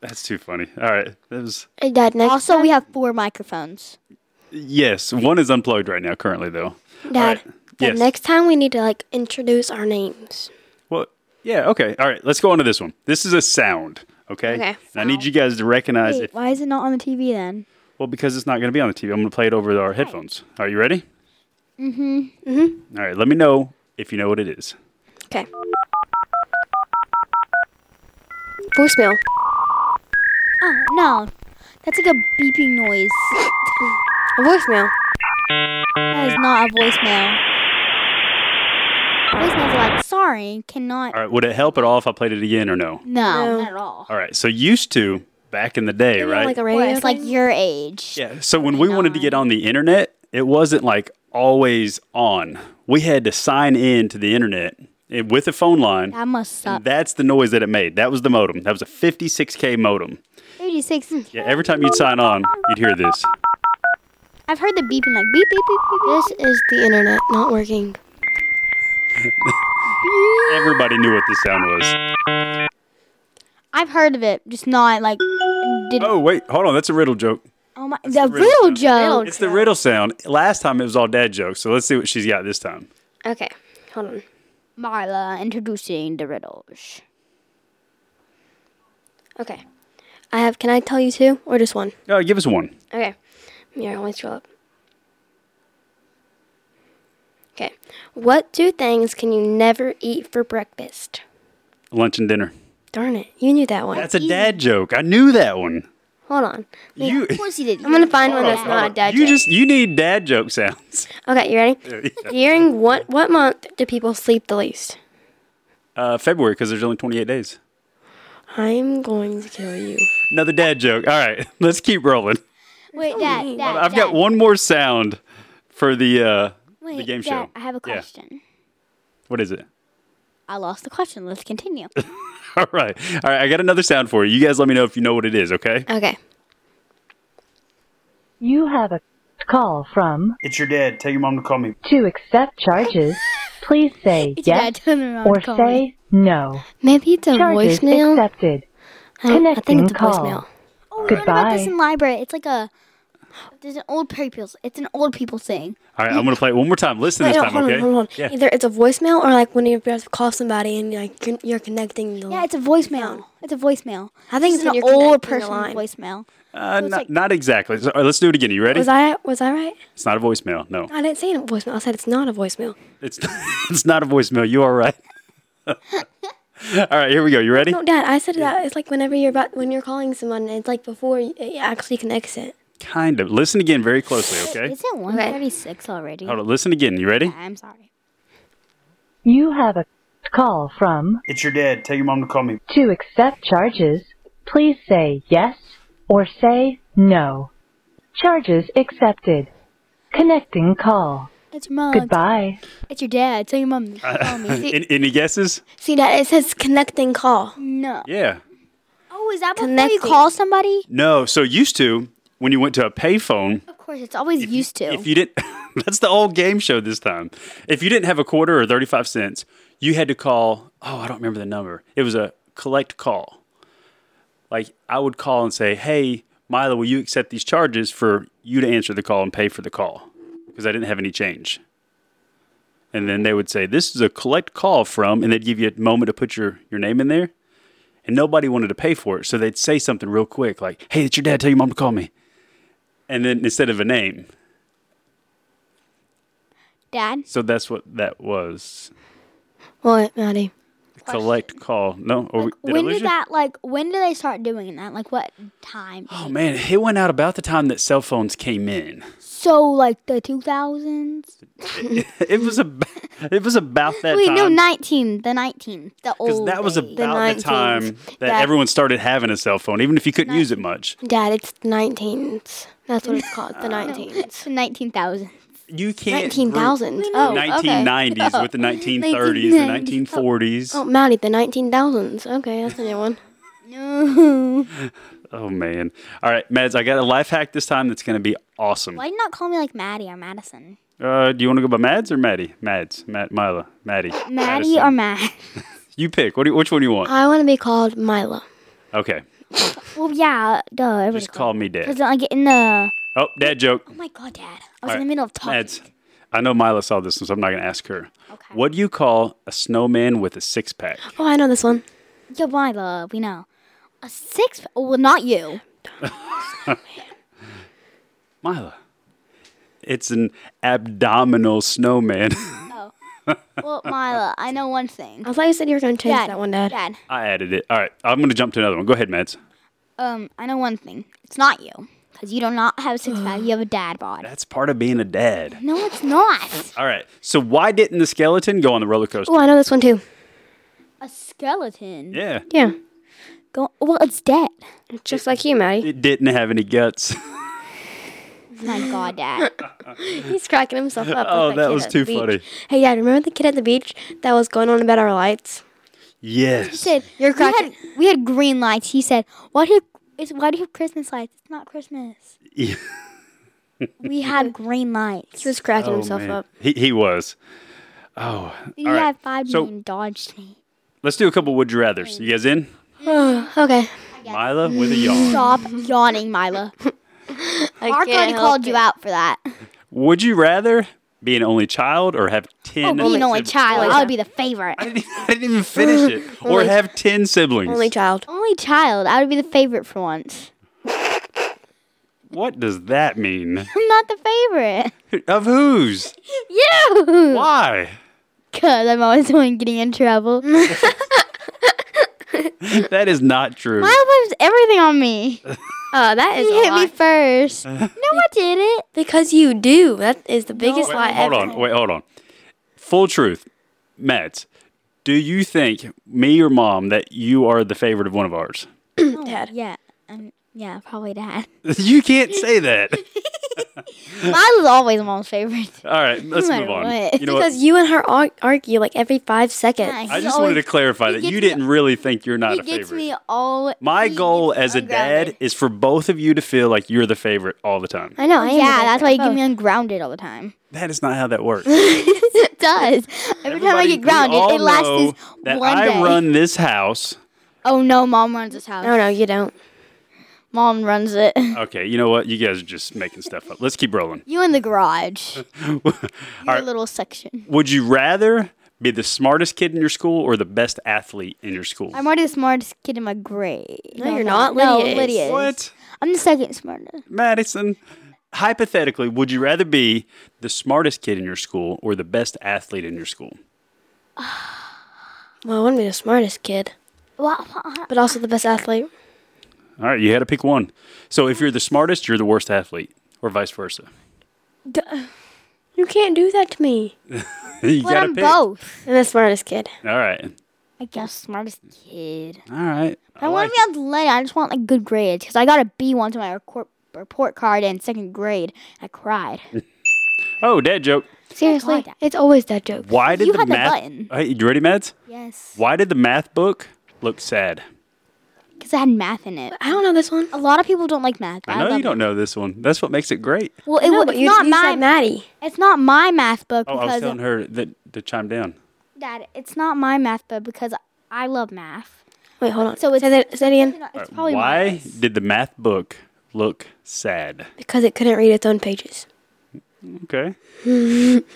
Speaker 1: that's too funny. All right. That was
Speaker 2: Hey, Dad, next
Speaker 4: also, we have four microphones.
Speaker 1: yes. One is unplugged right now, currently though. All
Speaker 2: Dad,
Speaker 1: right.
Speaker 2: the
Speaker 1: Yes.
Speaker 2: next time we need to like introduce our names.
Speaker 1: Well, yeah. Okay. All right. Let's go on to this one. This is a sound. Okay.
Speaker 2: Okay.
Speaker 1: And I need you guys to recognize
Speaker 4: Wait,
Speaker 1: it.
Speaker 4: why is it not on the TV then?
Speaker 1: Well, because it's not going to be on the TV. I'm going to play it over our headphones. Are you ready? Mm-hmm. Mm-hmm. All right. Let me know if you know what it is.
Speaker 2: Okay. Voicemail.
Speaker 4: Oh, no. That's like a beeping noise.
Speaker 2: A voicemail.
Speaker 4: That is not a voicemail. Voicemails are like, sorry, cannot.
Speaker 1: All right. Would it help at all if I played it again or no?
Speaker 4: No,
Speaker 2: No.
Speaker 4: not at all.
Speaker 1: All right. So used to back in the day,
Speaker 2: You know,
Speaker 1: right?
Speaker 2: Like a
Speaker 4: Or
Speaker 2: radio.
Speaker 4: it's like
Speaker 2: thing?
Speaker 4: your age.
Speaker 1: Yeah. So when we wanted to get on the internet, it wasn't like always on. We had to sign in to the internet and- with a phone line.
Speaker 4: That must suck.
Speaker 1: and that's the noise that it made. That was the modem. That was a 56K modem.
Speaker 4: 86.
Speaker 1: Yeah, every time you'd sign on, you'd hear this.
Speaker 4: I've heard the beeping like beep, beep, beep, beep, beep.
Speaker 2: This is the internet not working.
Speaker 1: Everybody knew what this sound was.
Speaker 4: I've heard of it, just not like. Did
Speaker 1: Oh, wait. Hold on. That's a riddle joke.
Speaker 4: oh my, the
Speaker 1: riddle
Speaker 4: real
Speaker 1: sound.
Speaker 4: joke.
Speaker 1: It's the riddle sound. Last time it was all dad jokes. So let's see what she's got this time.
Speaker 2: Okay. Hold on.
Speaker 4: Marla introducing the
Speaker 1: (laughs)
Speaker 4: riddles.
Speaker 2: Okay. I have. Can I tell you two or just one?
Speaker 1: Oh, give us one.
Speaker 2: Okay. Here, let me scroll up. Okay. What two things can you never eat for breakfast?
Speaker 1: Lunch and dinner.
Speaker 2: Darn it. You knew that one.
Speaker 1: That's a dad joke. I knew that one.
Speaker 2: Hold on.
Speaker 1: You. (laughs)
Speaker 4: Of course he did. Oh.
Speaker 2: I'm going to find one that's not a dad
Speaker 1: You
Speaker 2: joke.
Speaker 1: just you need dad joke sounds. (laughs)
Speaker 2: okay, you ready? During what, what month do people sleep the least?
Speaker 1: Uh, February because there's only 28 days.
Speaker 2: I'm going to kill you.
Speaker 1: Another dad joke. All right, (laughs) let's keep rolling.
Speaker 4: Wait, Dad, Dad.
Speaker 1: Oh. I've got one more sound for the uh, the game show.
Speaker 4: I have a
Speaker 1: Yeah.
Speaker 4: question.
Speaker 1: What is it? (laughs)
Speaker 4: I lost the question. Let's continue.
Speaker 1: All right, all right. I got another sound for you. You guys, let me know if you know what it is. Okay.
Speaker 2: Okay.
Speaker 5: You have a call from
Speaker 1: It's your dad. Tell your mom to call me.
Speaker 5: to accept charges. Please say
Speaker 4: It's
Speaker 5: yes
Speaker 4: Dad, turn around
Speaker 5: or
Speaker 4: and call me.
Speaker 5: say no.
Speaker 2: Maybe it's a
Speaker 5: Charges
Speaker 2: voicemail.
Speaker 5: accepted.
Speaker 2: I, don't- I think
Speaker 5: Connecting
Speaker 2: it's a
Speaker 5: call.
Speaker 2: voicemail.
Speaker 4: Oh, we learned about this
Speaker 5: Goodbye.
Speaker 4: in library. It's like a It's an old people's. It's an old people saying.
Speaker 1: All right, I'm gonna play it one more time. Listen this
Speaker 2: Wait, no,
Speaker 1: time,
Speaker 2: hold
Speaker 1: okay?
Speaker 2: on, hold on.
Speaker 1: Yeah.
Speaker 2: Either it's a voicemail or like when you guys call somebody and like con- you're connecting the.
Speaker 4: Yeah, it's a voicemail. It's a voicemail.
Speaker 2: I think
Speaker 4: it's
Speaker 2: it's when
Speaker 4: an
Speaker 2: you're
Speaker 4: old
Speaker 2: connecting the
Speaker 4: person
Speaker 2: line.
Speaker 4: voicemail.
Speaker 1: Uh, not, not exactly. So, all right, let's do it again. You ready?
Speaker 2: was I was I right?
Speaker 1: it's not a voicemail. No,
Speaker 2: I didn't say a voicemail. I said it's not a voicemail.
Speaker 1: it's (laughs) it's not a voicemail. You are right. (laughs) all right, here we go. You ready?
Speaker 2: No, Dad, I said that. It's like whenever you're about when you're calling someone, and it's like before you- it actually connects it.
Speaker 1: Kind of. Listen again very closely, okay?
Speaker 3: It's at 136 already.
Speaker 1: Hold on. Listen again. You ready?
Speaker 3: I'm sorry.
Speaker 5: You have a call from
Speaker 6: It's your dad. Tell your mom to call me.
Speaker 5: to accept charges. Please say yes or say no. Charges accepted. Connecting call.
Speaker 4: It's your mom.
Speaker 2: Oh,
Speaker 5: Goodbye.
Speaker 4: It's your dad. Tell
Speaker 1: (laughs)
Speaker 4: your mom. to Call
Speaker 1: (laughs)
Speaker 4: me.
Speaker 1: Any, any guesses?
Speaker 2: See, Dad, it says connecting call.
Speaker 4: No.
Speaker 1: Yeah.
Speaker 4: Oh, is that before you
Speaker 2: Connecting.
Speaker 4: call somebody?
Speaker 1: No. So used to when you went to a payphone,
Speaker 4: Of course, it's always used to.
Speaker 1: if you didn't, (laughs) that's the old game show this time. If you didn't have a quarter or thirty-five cents, you had to call. Oh, I don't remember the number. It was a collect call. Like I would call and say, "Hey, Milo, will you accept these charges for you to answer the call and pay for the call?" Because I didn't have any change. And then they would say, "This is a collect call from," and they'd give you a moment to put your your name in there. And nobody wanted to pay for it, so they'd say something real quick, like, "Hey, it's your dad. Tell your mom to call me." And then instead of a name,
Speaker 4: dad.
Speaker 1: So that's what that was.
Speaker 2: What, Maddie?
Speaker 1: Collect call. No, or we did I
Speaker 4: when
Speaker 1: lose
Speaker 4: did
Speaker 1: you?
Speaker 4: that like? When did they start doing that? Like what time?
Speaker 1: Oh man, it went out about the time that cell phones came in. (laughs)
Speaker 4: So like the two thousands.
Speaker 1: It was about, it was about that
Speaker 4: Wait,
Speaker 1: time.
Speaker 4: no, nineteen. The nineteen. The
Speaker 1: because
Speaker 4: old.
Speaker 1: that was
Speaker 4: days.
Speaker 1: about
Speaker 2: The
Speaker 1: the,
Speaker 2: 19s.
Speaker 1: time that,
Speaker 2: That-
Speaker 1: everyone started having a cell phone, even if you couldn't use it much.
Speaker 2: Dad, it's the 19th. That's what it's called.
Speaker 1: (laughs)
Speaker 2: The 19th.
Speaker 4: the nineteen thousand.
Speaker 1: You can't.
Speaker 2: Nineteen thousands. Oh, okay.
Speaker 1: 1990s with the 1930s, the 1940s.
Speaker 2: Oh, Maddie, the nineteen thousands. Okay, that's a new one.
Speaker 1: Oh man! All right, Mads, I got a life hack this time that's going to be awesome.
Speaker 4: Why did you not call me like Maddie or Madison?
Speaker 1: Uh, do you want to go by Mads or Maddie? Mads, Matt, Mila, Maddie,
Speaker 4: Maddie or
Speaker 1: Madison.
Speaker 4: Mad?
Speaker 1: You pick. What do you, which one do you want?
Speaker 2: I want to be called Mila.
Speaker 1: Okay,
Speaker 4: (laughs) Well, yeah, duh. everybody
Speaker 1: just call me Dad.
Speaker 4: Because like in the.
Speaker 1: Oh, dad joke.
Speaker 4: Oh my god, Dad! I was
Speaker 1: All
Speaker 4: in
Speaker 1: right.
Speaker 4: the middle of talking.
Speaker 1: Mads, I know Mila saw this one, so I'm not going to ask her. What do you call a snowman with a six pack?
Speaker 2: Oh, I know this one.
Speaker 4: Yo, my love, we know. A six. Well, not you.
Speaker 1: Mila. It's an abdominal snowman. (laughs)
Speaker 4: Well, Mila, I know one thing.
Speaker 2: I thought you said you were going to change
Speaker 4: Dad,
Speaker 2: that one, Dad.
Speaker 4: Dad,
Speaker 1: I added it. All right, I'm going to jump to another one. Go ahead, Mads.
Speaker 4: um, I know one thing. It's not you, because you do not have a six pack. You have a dad bod.
Speaker 1: That's part of being a dad.
Speaker 4: No, it's not.
Speaker 1: All right, so why didn't the skeleton go on the roller coaster?
Speaker 2: Oh, I know this one too.
Speaker 4: A skeleton.
Speaker 1: Yeah, (laughs)
Speaker 2: Yeah,
Speaker 4: Go- well, it's dead.
Speaker 2: just like you, Maddie.
Speaker 1: it didn't have any guts. (laughs)
Speaker 4: My God, Dad.
Speaker 2: He's cracking
Speaker 1: (laughs)
Speaker 2: himself up. with
Speaker 1: Oh, that
Speaker 2: kid
Speaker 1: was
Speaker 2: at the
Speaker 1: too
Speaker 2: beach.
Speaker 1: funny.
Speaker 2: Hey, Dad, remember the kid at the beach that was going on about our lights?
Speaker 1: Yes.
Speaker 4: Said,
Speaker 2: You're
Speaker 4: we had,
Speaker 2: cracking-
Speaker 4: we had green lights. He said, "Why do you? It's, why do you have Christmas lights? It's not Christmas.
Speaker 1: Yeah.
Speaker 4: (laughs) We had (laughs) green lights.
Speaker 2: He was cracking
Speaker 1: Oh,
Speaker 2: himself
Speaker 1: man.
Speaker 2: up.
Speaker 1: He, he was. Oh,
Speaker 4: you
Speaker 1: all right.
Speaker 4: had five
Speaker 1: So-
Speaker 4: million dodged me.
Speaker 1: Let's do a couple would you rather's. You guys in?
Speaker 2: Okay.
Speaker 1: Mila with a yawn.
Speaker 4: (laughs) Stop yawning, (laughs) Mila.
Speaker 2: I
Speaker 4: Mark already called you out
Speaker 1: (laughs)
Speaker 4: for that.
Speaker 1: Would you rather be an only child or have 10
Speaker 4: Oh, Being only
Speaker 1: siblings?
Speaker 4: child, I would be the favorite.
Speaker 1: I didn't, I didn't even finish it. Or have 10 siblings.
Speaker 2: Only
Speaker 1: (laughs)
Speaker 2: child.
Speaker 4: (laughs) Only child, I would be the favorite for once.
Speaker 1: what does that mean? (laughs)
Speaker 4: I'm not the (laughs) favorite.
Speaker 1: of whose?
Speaker 4: (laughs) You!
Speaker 1: Why?
Speaker 4: Because I'm always the one getting in (laughs) trouble. Mila
Speaker 1: That is not true.
Speaker 4: blames everything on (laughs) me.
Speaker 2: Uh, that is
Speaker 4: He
Speaker 2: a
Speaker 4: hit me
Speaker 1: (laughs)
Speaker 2: lie.
Speaker 4: first. no, I didn't.
Speaker 2: Because you do. That is the biggest
Speaker 1: Wait,
Speaker 2: lie
Speaker 1: hold
Speaker 2: ever.
Speaker 1: on. Wait, hold on. Full truth. Matt, do you think, me or mom, that you are the favorite of one of ours? (laughs)
Speaker 2: Dad.
Speaker 4: Yeah. Um, yeah, probably (laughs) dad.
Speaker 1: you can't say that.
Speaker 4: Mila's always mom's favorite.
Speaker 1: All right,
Speaker 4: (laughs)
Speaker 1: let's
Speaker 4: matter
Speaker 1: move on.
Speaker 4: what.
Speaker 1: You know
Speaker 2: Because
Speaker 1: what?
Speaker 2: you and her ar- argue like every five seconds.
Speaker 4: Nice.
Speaker 1: I
Speaker 4: He's
Speaker 1: just
Speaker 4: always-
Speaker 1: wanted to clarify that
Speaker 4: gets
Speaker 1: you
Speaker 4: me-
Speaker 1: didn't really think you're not
Speaker 4: He
Speaker 1: a
Speaker 4: gets
Speaker 1: favorite.
Speaker 4: me all.
Speaker 1: My
Speaker 4: he
Speaker 1: goal
Speaker 4: gets me
Speaker 1: as a
Speaker 4: ungrounded.
Speaker 1: dad is for both of you to feel like you're the favorite all the time.
Speaker 2: I know. I am
Speaker 4: Yeah, that's why you get
Speaker 2: give
Speaker 4: me ungrounded all the time. (laughs)
Speaker 1: That is not how that works.
Speaker 4: It does. Every time I
Speaker 1: Everybody,
Speaker 4: get
Speaker 1: we
Speaker 4: grounded,
Speaker 1: all
Speaker 4: it lasts
Speaker 1: know
Speaker 4: this
Speaker 1: that
Speaker 4: one
Speaker 1: I
Speaker 4: day.
Speaker 1: run this house.
Speaker 4: Oh no, mom runs this house.
Speaker 2: No, no, you don't.
Speaker 4: Mom runs it. (laughs)
Speaker 1: Okay, you know what? You guys are just making stuff up. Let's keep rolling.
Speaker 4: You in the garage.
Speaker 1: (laughs) All
Speaker 4: Your
Speaker 1: right.
Speaker 4: little section.
Speaker 1: Would you rather be the smartest kid in your school or the best athlete in your school?
Speaker 4: I'm already the smartest kid in my grade. No,
Speaker 2: you're not.
Speaker 4: No,
Speaker 2: Lydia is.
Speaker 4: Lydia. is.
Speaker 1: what?
Speaker 4: I'm the second smartest.
Speaker 1: Madison, hypothetically, would you rather be the smartest kid in your school or the best athlete in your school?
Speaker 2: Well, I want to be the smartest kid,
Speaker 4: (laughs)
Speaker 3: Wow.
Speaker 2: but also the best athlete.
Speaker 1: All right, you had to pick one. So if you're the smartest, you're the worst athlete, or vice versa. (laughs)
Speaker 2: You can't do that to me.
Speaker 1: you
Speaker 4: But
Speaker 1: gotta
Speaker 4: I'm
Speaker 1: pick.
Speaker 4: both.
Speaker 2: I'm the smartest kid.
Speaker 1: All right,
Speaker 4: I guess smartest kid.
Speaker 1: all right.
Speaker 4: I, want to be athletic. I just want like good grades because I got a B once on my report, report card in second grade. I cried.
Speaker 1: Oh, dad joke.
Speaker 2: Seriously,
Speaker 4: that.
Speaker 2: it's always that joke.
Speaker 1: Why did
Speaker 4: You
Speaker 1: the
Speaker 4: had the
Speaker 1: math?
Speaker 4: button.
Speaker 1: Hey, you ready, Mads?
Speaker 4: Yes,
Speaker 1: Why did the math book look sad?
Speaker 4: because I had math in it.
Speaker 2: I don't know this one.
Speaker 4: A lot of people don't like math. but
Speaker 1: I know
Speaker 4: love
Speaker 1: you don't know this one. That's what makes it great.
Speaker 4: It. Well, it,
Speaker 2: No,
Speaker 4: wa-
Speaker 2: but
Speaker 4: it's
Speaker 2: you,
Speaker 4: not
Speaker 2: you
Speaker 4: my
Speaker 2: said Maddie.
Speaker 4: it's not my math book
Speaker 1: Oh, I was
Speaker 4: because
Speaker 1: telling her that to chime down.
Speaker 4: Dad, it's not my math book because I love math.
Speaker 2: Wait, hold on.
Speaker 4: So it's-
Speaker 2: say that, say that
Speaker 4: You
Speaker 2: again.
Speaker 4: know, It's
Speaker 1: All right,
Speaker 4: probably
Speaker 1: Uh, Why
Speaker 4: mine.
Speaker 1: did the math book look sad?
Speaker 2: Because it couldn't read its own pages.
Speaker 4: (laughs)
Speaker 1: Okay.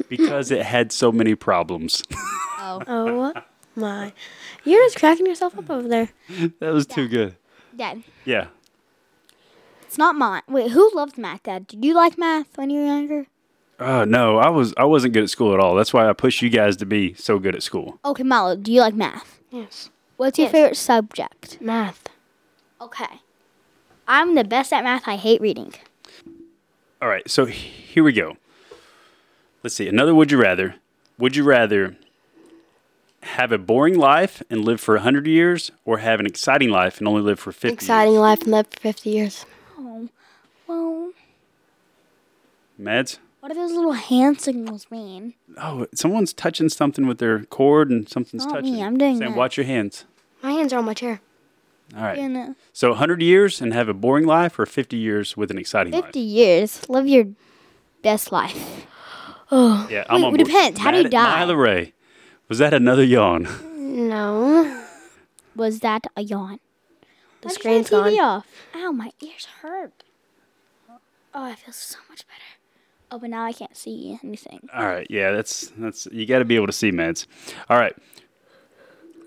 Speaker 1: because it had so many problems. (laughs)
Speaker 2: Oh my! You're just cracking yourself up over there.
Speaker 1: that was too good.
Speaker 4: Dad,
Speaker 1: Yeah.
Speaker 4: it's not mine. Wait, who loves math, Dad? Did you like math when you were younger?
Speaker 1: Oh no, I was I wasn't good at school at all. That's why I pushed you guys to be so good at school.
Speaker 4: Okay, Milo, do you like math?
Speaker 2: Yes.
Speaker 4: What's your favorite subject?
Speaker 2: Math.
Speaker 4: Okay, I'm the best at math. I hate reading.
Speaker 1: All right, so here we go. Let's see. Another would you rather? Would you rather have a boring life and live for 100 years or have an exciting life and only live for 50
Speaker 2: Exciting
Speaker 1: years?
Speaker 2: life and live for 50 years.
Speaker 4: Well,
Speaker 1: Mads?
Speaker 4: what do those little hand signals mean?
Speaker 1: Oh, someone's touching something with their cord and something's
Speaker 4: Not Oh, me,
Speaker 1: touching.
Speaker 4: I'm doing
Speaker 1: Sam,
Speaker 4: that.
Speaker 1: watch your hands.
Speaker 2: My hands are on my chair.
Speaker 1: All right.
Speaker 4: In uh,
Speaker 1: So 100 years and have a boring life or 50 years with an exciting
Speaker 4: 50
Speaker 1: life?
Speaker 4: years, live your best life.
Speaker 1: Yeah, I'm
Speaker 4: Wait,
Speaker 1: on
Speaker 4: it
Speaker 1: board.
Speaker 4: depends. How do you
Speaker 1: Mad-
Speaker 4: die?
Speaker 1: Nyla Ray. Was that another yawn? (laughs)
Speaker 2: No.
Speaker 4: Was that a yawn?
Speaker 2: The screen's
Speaker 4: turn
Speaker 2: gone.
Speaker 4: the TV off. Ow, my ears hurt. Oh, I feel so much better. Oh, but now I can't see anything.
Speaker 1: All right, yeah, that's that's you got to be able to see meds. All right.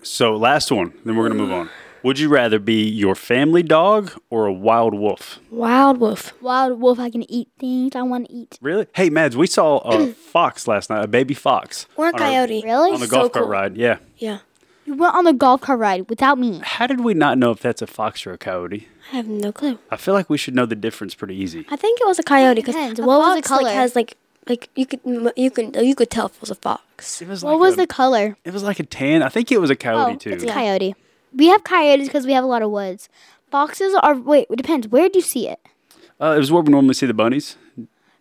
Speaker 1: So last one, then we're gonna move on. Would you rather be your family dog or a wild wolf?
Speaker 2: Wild wolf.
Speaker 4: Wild wolf, I can eat things I want to eat.
Speaker 1: Really? Hey, Mads, we saw a fox last night, a baby fox
Speaker 2: Or a
Speaker 1: On our-
Speaker 2: coyote.
Speaker 4: Really?
Speaker 1: on the
Speaker 2: So
Speaker 1: golf cart
Speaker 2: cool.
Speaker 1: ride. Yeah.
Speaker 2: Yeah.
Speaker 4: You went on the golf cart ride without me.
Speaker 1: How did we not know if that's a fox or a coyote?
Speaker 2: I have no clue.
Speaker 1: I feel like we should know the difference pretty easy.
Speaker 2: I think it was a coyote because
Speaker 4: Depends.
Speaker 2: what
Speaker 4: What was
Speaker 2: was
Speaker 4: the
Speaker 2: Like,
Speaker 4: color?
Speaker 2: has like like you could m- you could you could tell if it was a fox.
Speaker 1: It was
Speaker 4: What
Speaker 1: like
Speaker 4: was
Speaker 1: a,
Speaker 4: the color?
Speaker 1: It was like a tan. I think it was a coyote
Speaker 4: Oh,
Speaker 1: too.
Speaker 4: it's a coyote. We have coyotes because we have a lot of woods. Foxes are wait. It depends. Where do you see it?
Speaker 1: Uh, it was where we normally see the bunnies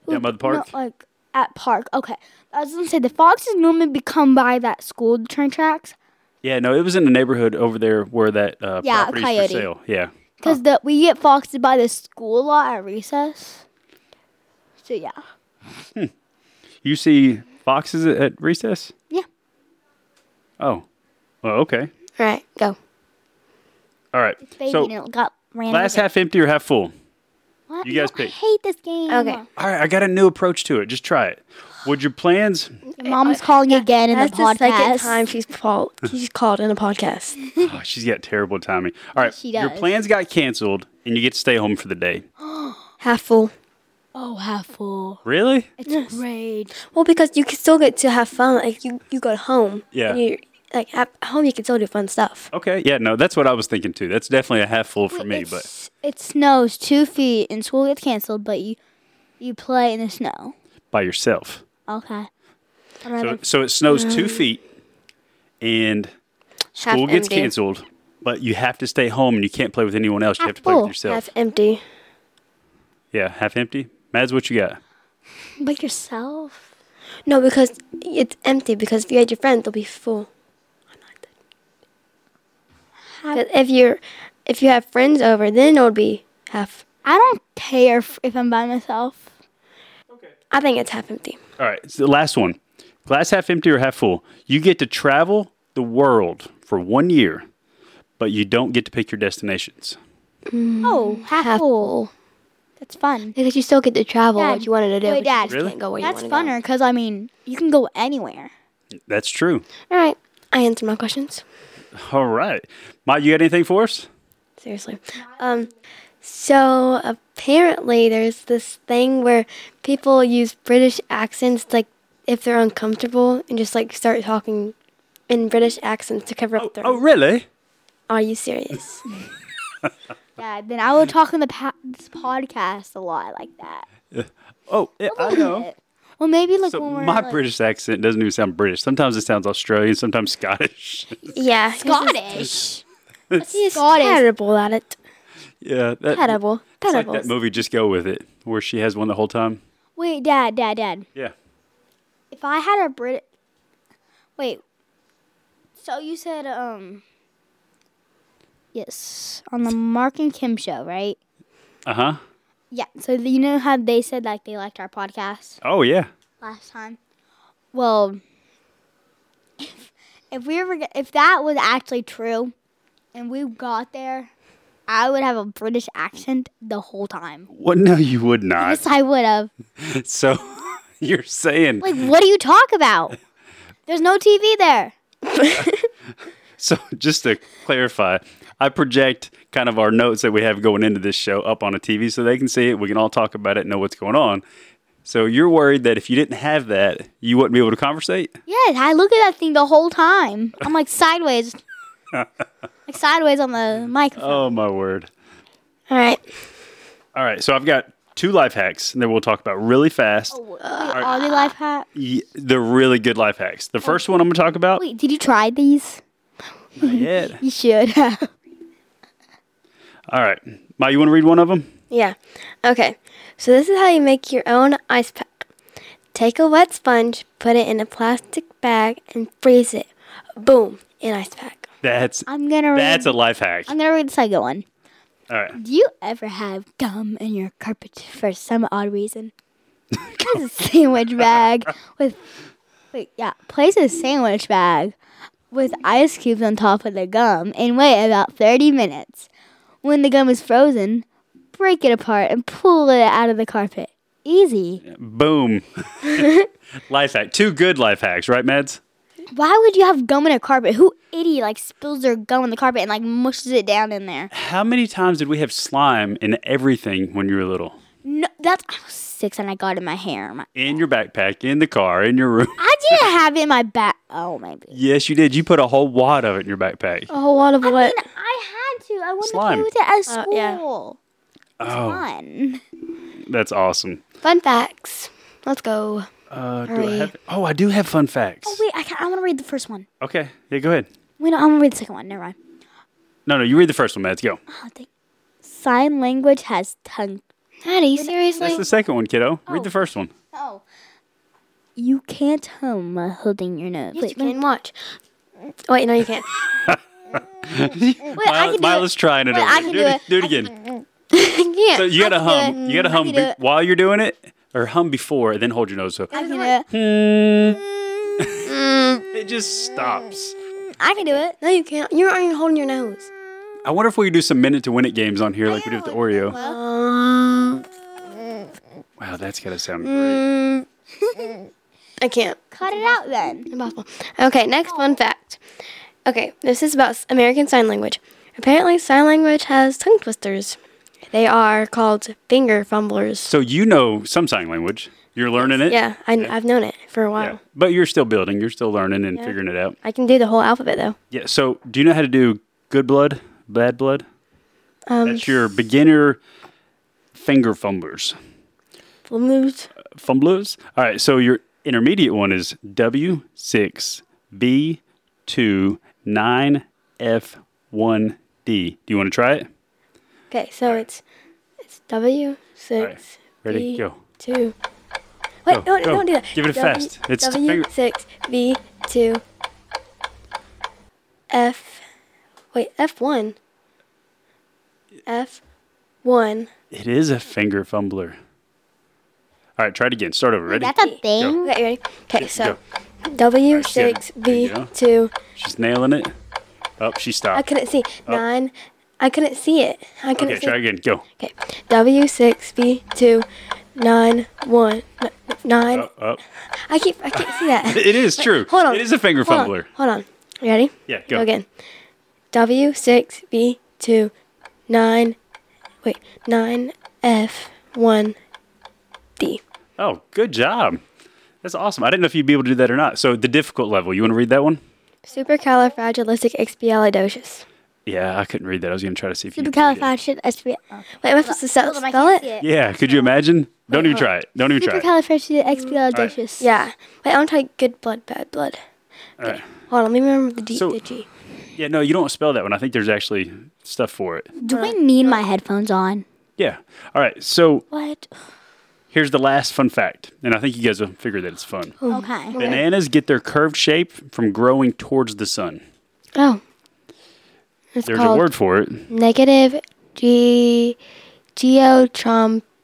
Speaker 1: down by the
Speaker 4: No,
Speaker 1: park.
Speaker 4: like at park. Okay. I was gonna say the foxes normally become by that school the train tracks
Speaker 1: Yeah, no, it was in the neighborhood over there where that uh,
Speaker 4: Yeah,
Speaker 1: property's
Speaker 4: coyote.
Speaker 1: for sale. Yeah.
Speaker 4: because the we get foxes by the school lot at recess. So yeah.
Speaker 1: You see foxes at- at recess?
Speaker 4: Yeah.
Speaker 1: Oh. Well, okay.
Speaker 2: All right, go.
Speaker 1: All right.
Speaker 4: Baby
Speaker 1: so,
Speaker 4: and it got ran
Speaker 1: glass
Speaker 4: over.
Speaker 1: half empty or half full?
Speaker 4: What?
Speaker 1: you guys
Speaker 4: No, I
Speaker 1: pick.
Speaker 4: hate this game.
Speaker 2: Okay.
Speaker 1: All right, I got a new approach to it. Just try it. Would your
Speaker 4: (laughs)
Speaker 1: plans?
Speaker 4: Your mom's calling again in
Speaker 2: That's
Speaker 4: the
Speaker 2: the,
Speaker 4: podcast.
Speaker 2: second time
Speaker 1: (laughs)
Speaker 2: she's called. She's called in a podcast.
Speaker 1: Oh, she's got terrible timing. All right,
Speaker 4: She
Speaker 1: your
Speaker 4: does.
Speaker 1: plans got canceled, and you get to stay home for the day.
Speaker 2: Half full.
Speaker 4: Oh, half full.
Speaker 1: Really?
Speaker 4: It's great.
Speaker 2: Well, because you can still get to have fun. Like you you go home.
Speaker 1: Yeah.
Speaker 2: and you like at home you can still do fun stuff.
Speaker 1: Okay. Yeah. No, that's what I was thinking too. That's definitely a half full for me. But
Speaker 4: It's- it snows two feet and school gets canceled, but you you play in the snow.
Speaker 1: by yourself.
Speaker 4: Okay.
Speaker 1: So, so it snows two feet, and school gets
Speaker 2: empty.
Speaker 1: canceled, but you have to stay home and you can't play with anyone else. You have to play with
Speaker 4: full.
Speaker 1: yourself.
Speaker 2: Half empty.
Speaker 1: yeah, half empty. Mads, what you got?
Speaker 4: By yourself.
Speaker 2: No, because it's empty. Because if you had your friends, they'll be full. I'm not that. 'Cause If you're if you have friends over, then it'll be half.
Speaker 4: I don't care if, if I'm by myself.
Speaker 2: I think it's half empty.
Speaker 1: All right, so the last one. Glass half empty or half full? You get to travel the world for one year, but you don't get to pick your destinations.
Speaker 4: Oh, half,
Speaker 2: Mm, Half
Speaker 4: full.
Speaker 2: full.
Speaker 4: That's fun.
Speaker 2: Because you still get to travel,
Speaker 4: Dad,
Speaker 2: what you wanted to do.
Speaker 4: wait,
Speaker 2: but you
Speaker 4: Dad.
Speaker 2: just
Speaker 1: Really?
Speaker 2: can't go where
Speaker 4: That's
Speaker 2: you want
Speaker 4: funner because I mean you can go anywhere.
Speaker 1: That's true.
Speaker 2: All right, I answered my questions.
Speaker 1: All right. Mike, you got anything for us?
Speaker 2: Seriously. Um, so apparently there's this thing where people use British accents, like if they're uncomfortable, and just like start talking in British accents to cover up their.
Speaker 1: Oh, really?
Speaker 2: (laughs) Are you serious?
Speaker 4: Yeah, then I would talk in the pa- this podcast a lot like that.
Speaker 1: Oh, yeah, I know.
Speaker 4: Well, maybe like
Speaker 1: So
Speaker 4: when we're
Speaker 1: my
Speaker 4: like,
Speaker 1: British accent doesn't even sound British. Sometimes it sounds Australian, sometimes Scottish. (laughs)
Speaker 2: yeah,
Speaker 4: Scottish.
Speaker 2: He's
Speaker 4: Scottish.
Speaker 2: terrible at it.
Speaker 1: yeah. That,
Speaker 2: Terrible.
Speaker 1: It's like
Speaker 2: Terrible.
Speaker 1: that movie, Just Go With It, where she has one the whole time.
Speaker 4: Wait, Dad, Dad, Dad.
Speaker 1: Yeah.
Speaker 4: If I had a Brit, wait. So you said um. Yes, on the Mark and Kim show, right?
Speaker 1: Uh huh.
Speaker 4: Yeah. So you know how they said like they liked our podcast
Speaker 1: Oh, yeah.
Speaker 4: last time. Well, if if we ever get, if that was actually true, and we got there, I would have a British accent the whole time.
Speaker 1: Well, no, you would not.
Speaker 4: Yes, I would have.
Speaker 1: So (laughs) you're saying
Speaker 4: Like, what do you talk about? There's no TV there.
Speaker 1: so (laughs) just to clarify, I project kind of our notes that we have going into this show up on a TV so they can see it, we can all talk about it, know what's going on. So you're worried that if you didn't have that, you wouldn't be able to conversate?
Speaker 4: Yes, I look at that thing the whole time. I'm like sideways. like sideways on the microphone.
Speaker 1: Oh my word.
Speaker 2: All right.
Speaker 1: All right, so I've got two life hacks and then we'll talk about really fast.
Speaker 4: Wait, all the life hack.
Speaker 1: Y- the really good life hacks. The first one I'm going to talk about
Speaker 4: Wait, did you try these?
Speaker 1: Yeah.
Speaker 4: You should (laughs) have.
Speaker 1: All right. Ma, you want to read one of them?
Speaker 2: Yeah. Okay. So this is how you make your own ice pack. Take a wet sponge, put it in a plastic bag, and freeze it. Boom, an ice pack.
Speaker 1: That's
Speaker 4: I'm gonna read.
Speaker 1: that's a life hack.
Speaker 4: I'm gonna read the second one.
Speaker 1: All right.
Speaker 4: Do you ever have gum in your carpet for some odd reason? Place a (laughs) sandwich bag with wait, yeah, place a sandwich bag with ice cubes on top of the gum and wait about thirty minutes. When the gum is frozen, break it apart and pull it out of the carpet. Easy. (laughs)
Speaker 1: Boom. (laughs) life hack. Two good life hacks, right, Mads?
Speaker 4: Why would you have gum in a carpet? Who idiot like spills their gum on the carpet and like mushes it down in there?
Speaker 1: How many times did we have slime in everything when you were little?
Speaker 4: No, that's I was six and I got it in my hair. My,
Speaker 1: In your backpack, in the car, in your room. (laughs)
Speaker 4: I didn't have it in my back. Oh, maybe.
Speaker 1: yes, you did. You put a whole wad of it in your backpack.
Speaker 4: Oh,
Speaker 2: A whole lot of what?
Speaker 4: I had to. I wanted
Speaker 1: Slime.
Speaker 4: to play with it at
Speaker 2: Oh, yeah.
Speaker 4: school.
Speaker 1: Oh,
Speaker 4: Fun.
Speaker 1: that's awesome.
Speaker 2: Fun facts. Let's go.
Speaker 1: Uh, do I
Speaker 2: Hurry.
Speaker 1: have, oh, I do have fun facts.
Speaker 4: Wait, I, can't- I want to read the first one.
Speaker 1: Okay. Yeah, go ahead.
Speaker 4: Wait, no, I'm gonna read the second one. Never mind.
Speaker 1: No, no, you read the first one, Mads. Go.
Speaker 4: Oh, dang. Sign language has tongue.
Speaker 2: Daddy, seriously?
Speaker 1: That's the second one, kiddo. Read the first one.
Speaker 4: Oh. You can't hum while holding your nose.
Speaker 2: Yes, you can watch. Wait, no, you (laughs) can't.
Speaker 4: wait,
Speaker 1: Mile-
Speaker 4: I can do
Speaker 1: Milo's
Speaker 2: (laughs)
Speaker 4: it.
Speaker 1: trying it.
Speaker 4: Wait,
Speaker 1: over.
Speaker 4: I
Speaker 1: do
Speaker 4: can do
Speaker 1: it.
Speaker 4: it.
Speaker 1: Do it again.
Speaker 2: you can't.
Speaker 1: So you gotta
Speaker 4: can do
Speaker 1: hum.
Speaker 4: it.
Speaker 1: You gotta
Speaker 4: I
Speaker 1: hum
Speaker 4: can do
Speaker 1: be-
Speaker 4: it.
Speaker 1: while you're doing it, or hum before, and then hold your nose up.
Speaker 4: I can do it.
Speaker 1: It just stops.
Speaker 4: I can do it.
Speaker 2: no, you can't. You aren't even holding your nose.
Speaker 1: I wonder if we could do some minute to win it games on here, like we did with the Oreo.
Speaker 2: Um,
Speaker 1: Wow, that's gotta sound great.
Speaker 2: I can't.
Speaker 4: Cut it out then.
Speaker 2: Impossible. Okay, next fun fact. Okay, this is about s- American Sign Language. Apparently, sign language has tongue twisters. They are called finger fumblers.
Speaker 1: So you know some sign language. You're learning it.
Speaker 2: Yeah, I, I've known it for a while.
Speaker 1: Yeah. But you're still building. You're still learning and figuring it out.
Speaker 2: I can do the whole alphabet though.
Speaker 1: Yeah. So do you know how to do good blood, bad blood? that's your beginner finger fumblers.
Speaker 2: Fumblers.
Speaker 1: fumblers. All right, so your intermediate one is W6B29F1D. Do you want to try it?
Speaker 2: Okay, so it's it's W six.
Speaker 1: right, ready,
Speaker 2: B,
Speaker 1: go.
Speaker 2: Two. Wait,
Speaker 1: Go,
Speaker 2: no,
Speaker 1: go.
Speaker 2: don't do that.
Speaker 1: Give it a
Speaker 2: W-
Speaker 1: fast. It's t-
Speaker 2: W six B two. F, wait F one. F, one.
Speaker 1: It is a finger fumbler. All right, try it again. Start over. Ready?
Speaker 4: That's a thing.
Speaker 2: Okay, you ready? Okay,
Speaker 1: Go.
Speaker 2: so W six
Speaker 1: There you
Speaker 2: B
Speaker 1: go.
Speaker 2: two.
Speaker 1: She's nailing it. Oh, she
Speaker 2: I
Speaker 1: stopped.
Speaker 2: couldn't see nine I couldn't see it. I couldn't
Speaker 1: Oh. Okay,
Speaker 2: see
Speaker 1: try again. Go.
Speaker 2: Okay. W6B2 9 1 n- 9.
Speaker 1: Up, up.
Speaker 2: I keep I can't see that.
Speaker 1: (laughs) It is true.
Speaker 2: Hold on.
Speaker 1: It is a finger
Speaker 2: Hold on,
Speaker 1: fumbler.
Speaker 2: Hold on. You ready?
Speaker 1: Yeah,
Speaker 2: Go
Speaker 1: go.
Speaker 2: again. W6B2 9 Wait, 9F1 D.
Speaker 1: Oh, good job. That's awesome. I didn't know if you'd be able to do that or not. So the difficult level. You want to read that one?
Speaker 2: Supercalifragilisticexpialidocious.
Speaker 1: Yeah, I couldn't read that. I was going to try to see if you. could read it.
Speaker 4: Supercalifragilisticexpialidocious.
Speaker 2: Wait, am I supposed to spell,
Speaker 4: Hold on, I
Speaker 2: spell
Speaker 4: can't
Speaker 2: it?
Speaker 4: see it.
Speaker 1: Yeah. Could you imagine? Don't even try it. Don't even try it.
Speaker 4: Supercalifragilisticexpialidocious.
Speaker 2: Yeah. Wait, I want to try good blood, bad blood.
Speaker 1: All right.
Speaker 2: Hold on, let me remember the D.
Speaker 1: So-
Speaker 2: the G.
Speaker 1: Yeah. No, you don't spell that one. I think there's actually stuff for it.
Speaker 4: Do I need my headphones on?
Speaker 1: Yeah. All right. So
Speaker 4: What?
Speaker 1: here's the last fun fact, and I think you guys will figure that it's fun.
Speaker 4: Okay.
Speaker 1: Bananas get their curved shape from growing towards the sun.
Speaker 2: Oh. It's
Speaker 1: There's a
Speaker 2: called
Speaker 1: word for it. (laughs)
Speaker 2: negative G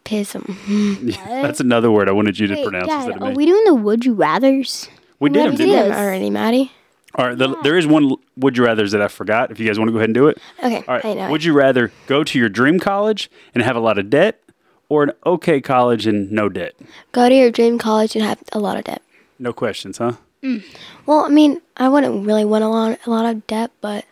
Speaker 2: geotrompism.
Speaker 1: That's another word I wanted you to pronounce
Speaker 4: Dad,
Speaker 1: instead of
Speaker 4: are
Speaker 1: me.
Speaker 4: Oh, we doing the would you rather's?
Speaker 1: we did them,
Speaker 2: We did
Speaker 1: didn't we?
Speaker 2: them already, Maddie.
Speaker 1: All right. The, There is one l- would you rather's that I forgot. If you guys want to go ahead and do it.
Speaker 2: Okay,
Speaker 1: All right.
Speaker 2: I know.
Speaker 1: Would you rather go to your dream college and have a lot of debt, or an okay college and no debt?
Speaker 2: Go to your dream college and have a lot of debt.
Speaker 1: No questions, huh?
Speaker 2: Well, I mean, I wouldn't really want a lot, a lot of debt, but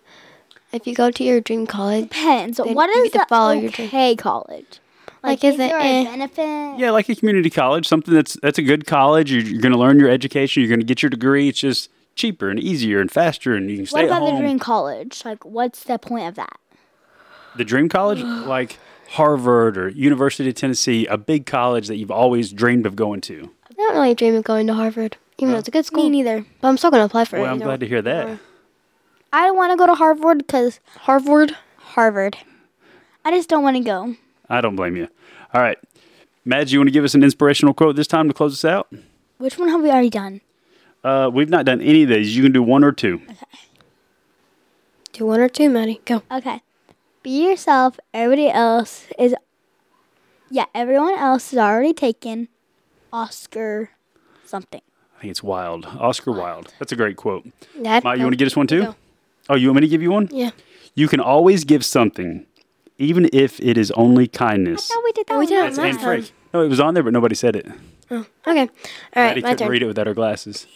Speaker 2: if you go to your dream college,
Speaker 4: Depends. what
Speaker 2: you
Speaker 4: is
Speaker 2: get to
Speaker 4: the
Speaker 2: follow your dream.
Speaker 4: okay college?
Speaker 2: Like, is it,
Speaker 4: there
Speaker 2: eh?
Speaker 4: a benefit?
Speaker 1: Yeah, like a community college, something that's that's a good college. You're, you're going to learn your education. You're going to get your degree. It's just cheaper and easier and faster, and you can stay
Speaker 4: What
Speaker 1: at
Speaker 4: about
Speaker 1: home.
Speaker 4: the dream college? Like, what's the point of that?
Speaker 1: the dream
Speaker 2: (gasps)
Speaker 1: college, like Harvard or University of Tennessee, a big college that you've always dreamed of going to.
Speaker 2: I don't really dream of going to Harvard, even though it's a good school.
Speaker 4: Me neither.
Speaker 2: But I'm still going to apply for it.
Speaker 1: Well, I'm
Speaker 2: either
Speaker 1: glad to
Speaker 2: way.
Speaker 1: hear that.
Speaker 4: I don't want to go to Harvard because Harvard, Harvard. I just don't want to go.
Speaker 1: I don't blame you. All right, Madge, you want to give us an inspirational quote this time to close us out?
Speaker 4: Which one have we already done?
Speaker 1: Uh, we've not done any of these. You can do one or two.
Speaker 2: Do one or two, Maddie. Go.
Speaker 4: Okay. Be yourself. Everybody else is. Yeah, everyone else is already taken. Oscar something.
Speaker 1: I think it's Wild. Oscar Wilde. That's a great quote.
Speaker 2: Dad,
Speaker 1: Ma, you
Speaker 2: go.
Speaker 1: want to get us one too?
Speaker 2: Go.
Speaker 1: Oh, you want me to give you one?
Speaker 2: Yeah.
Speaker 1: You can always give something, even if it is only kindness.
Speaker 4: Oh, we did that.
Speaker 2: We
Speaker 4: one
Speaker 2: did it
Speaker 4: last
Speaker 2: last
Speaker 1: And
Speaker 2: time.
Speaker 1: Frank. No, it was on there, but nobody said it.
Speaker 2: Okay. All right,
Speaker 1: Maddie
Speaker 2: my
Speaker 1: couldn't
Speaker 2: turn.
Speaker 1: read it without her glasses.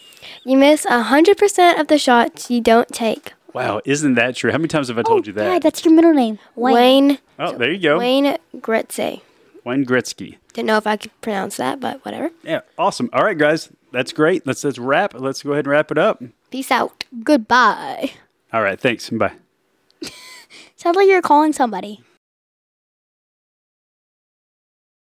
Speaker 2: You miss 100% of the shots you don't take.
Speaker 1: Wow, isn't that true? How many times have I
Speaker 2: Oh,
Speaker 1: told you
Speaker 4: Yeah,
Speaker 1: that?
Speaker 4: Oh, that's your middle name. Wayne.
Speaker 2: Wayne
Speaker 1: oh, there you go. Wayne,
Speaker 2: Wayne Gretzey.
Speaker 1: Gretzky.
Speaker 2: Didn't know if I could pronounce that, but whatever.
Speaker 1: Yeah, awesome. All right, guys, that's great. Let's let's wrap. Let's go ahead and wrap it up.
Speaker 2: Peace out.
Speaker 4: Goodbye.
Speaker 1: All right, thanks. Bye.
Speaker 4: Sounds like you're calling somebody.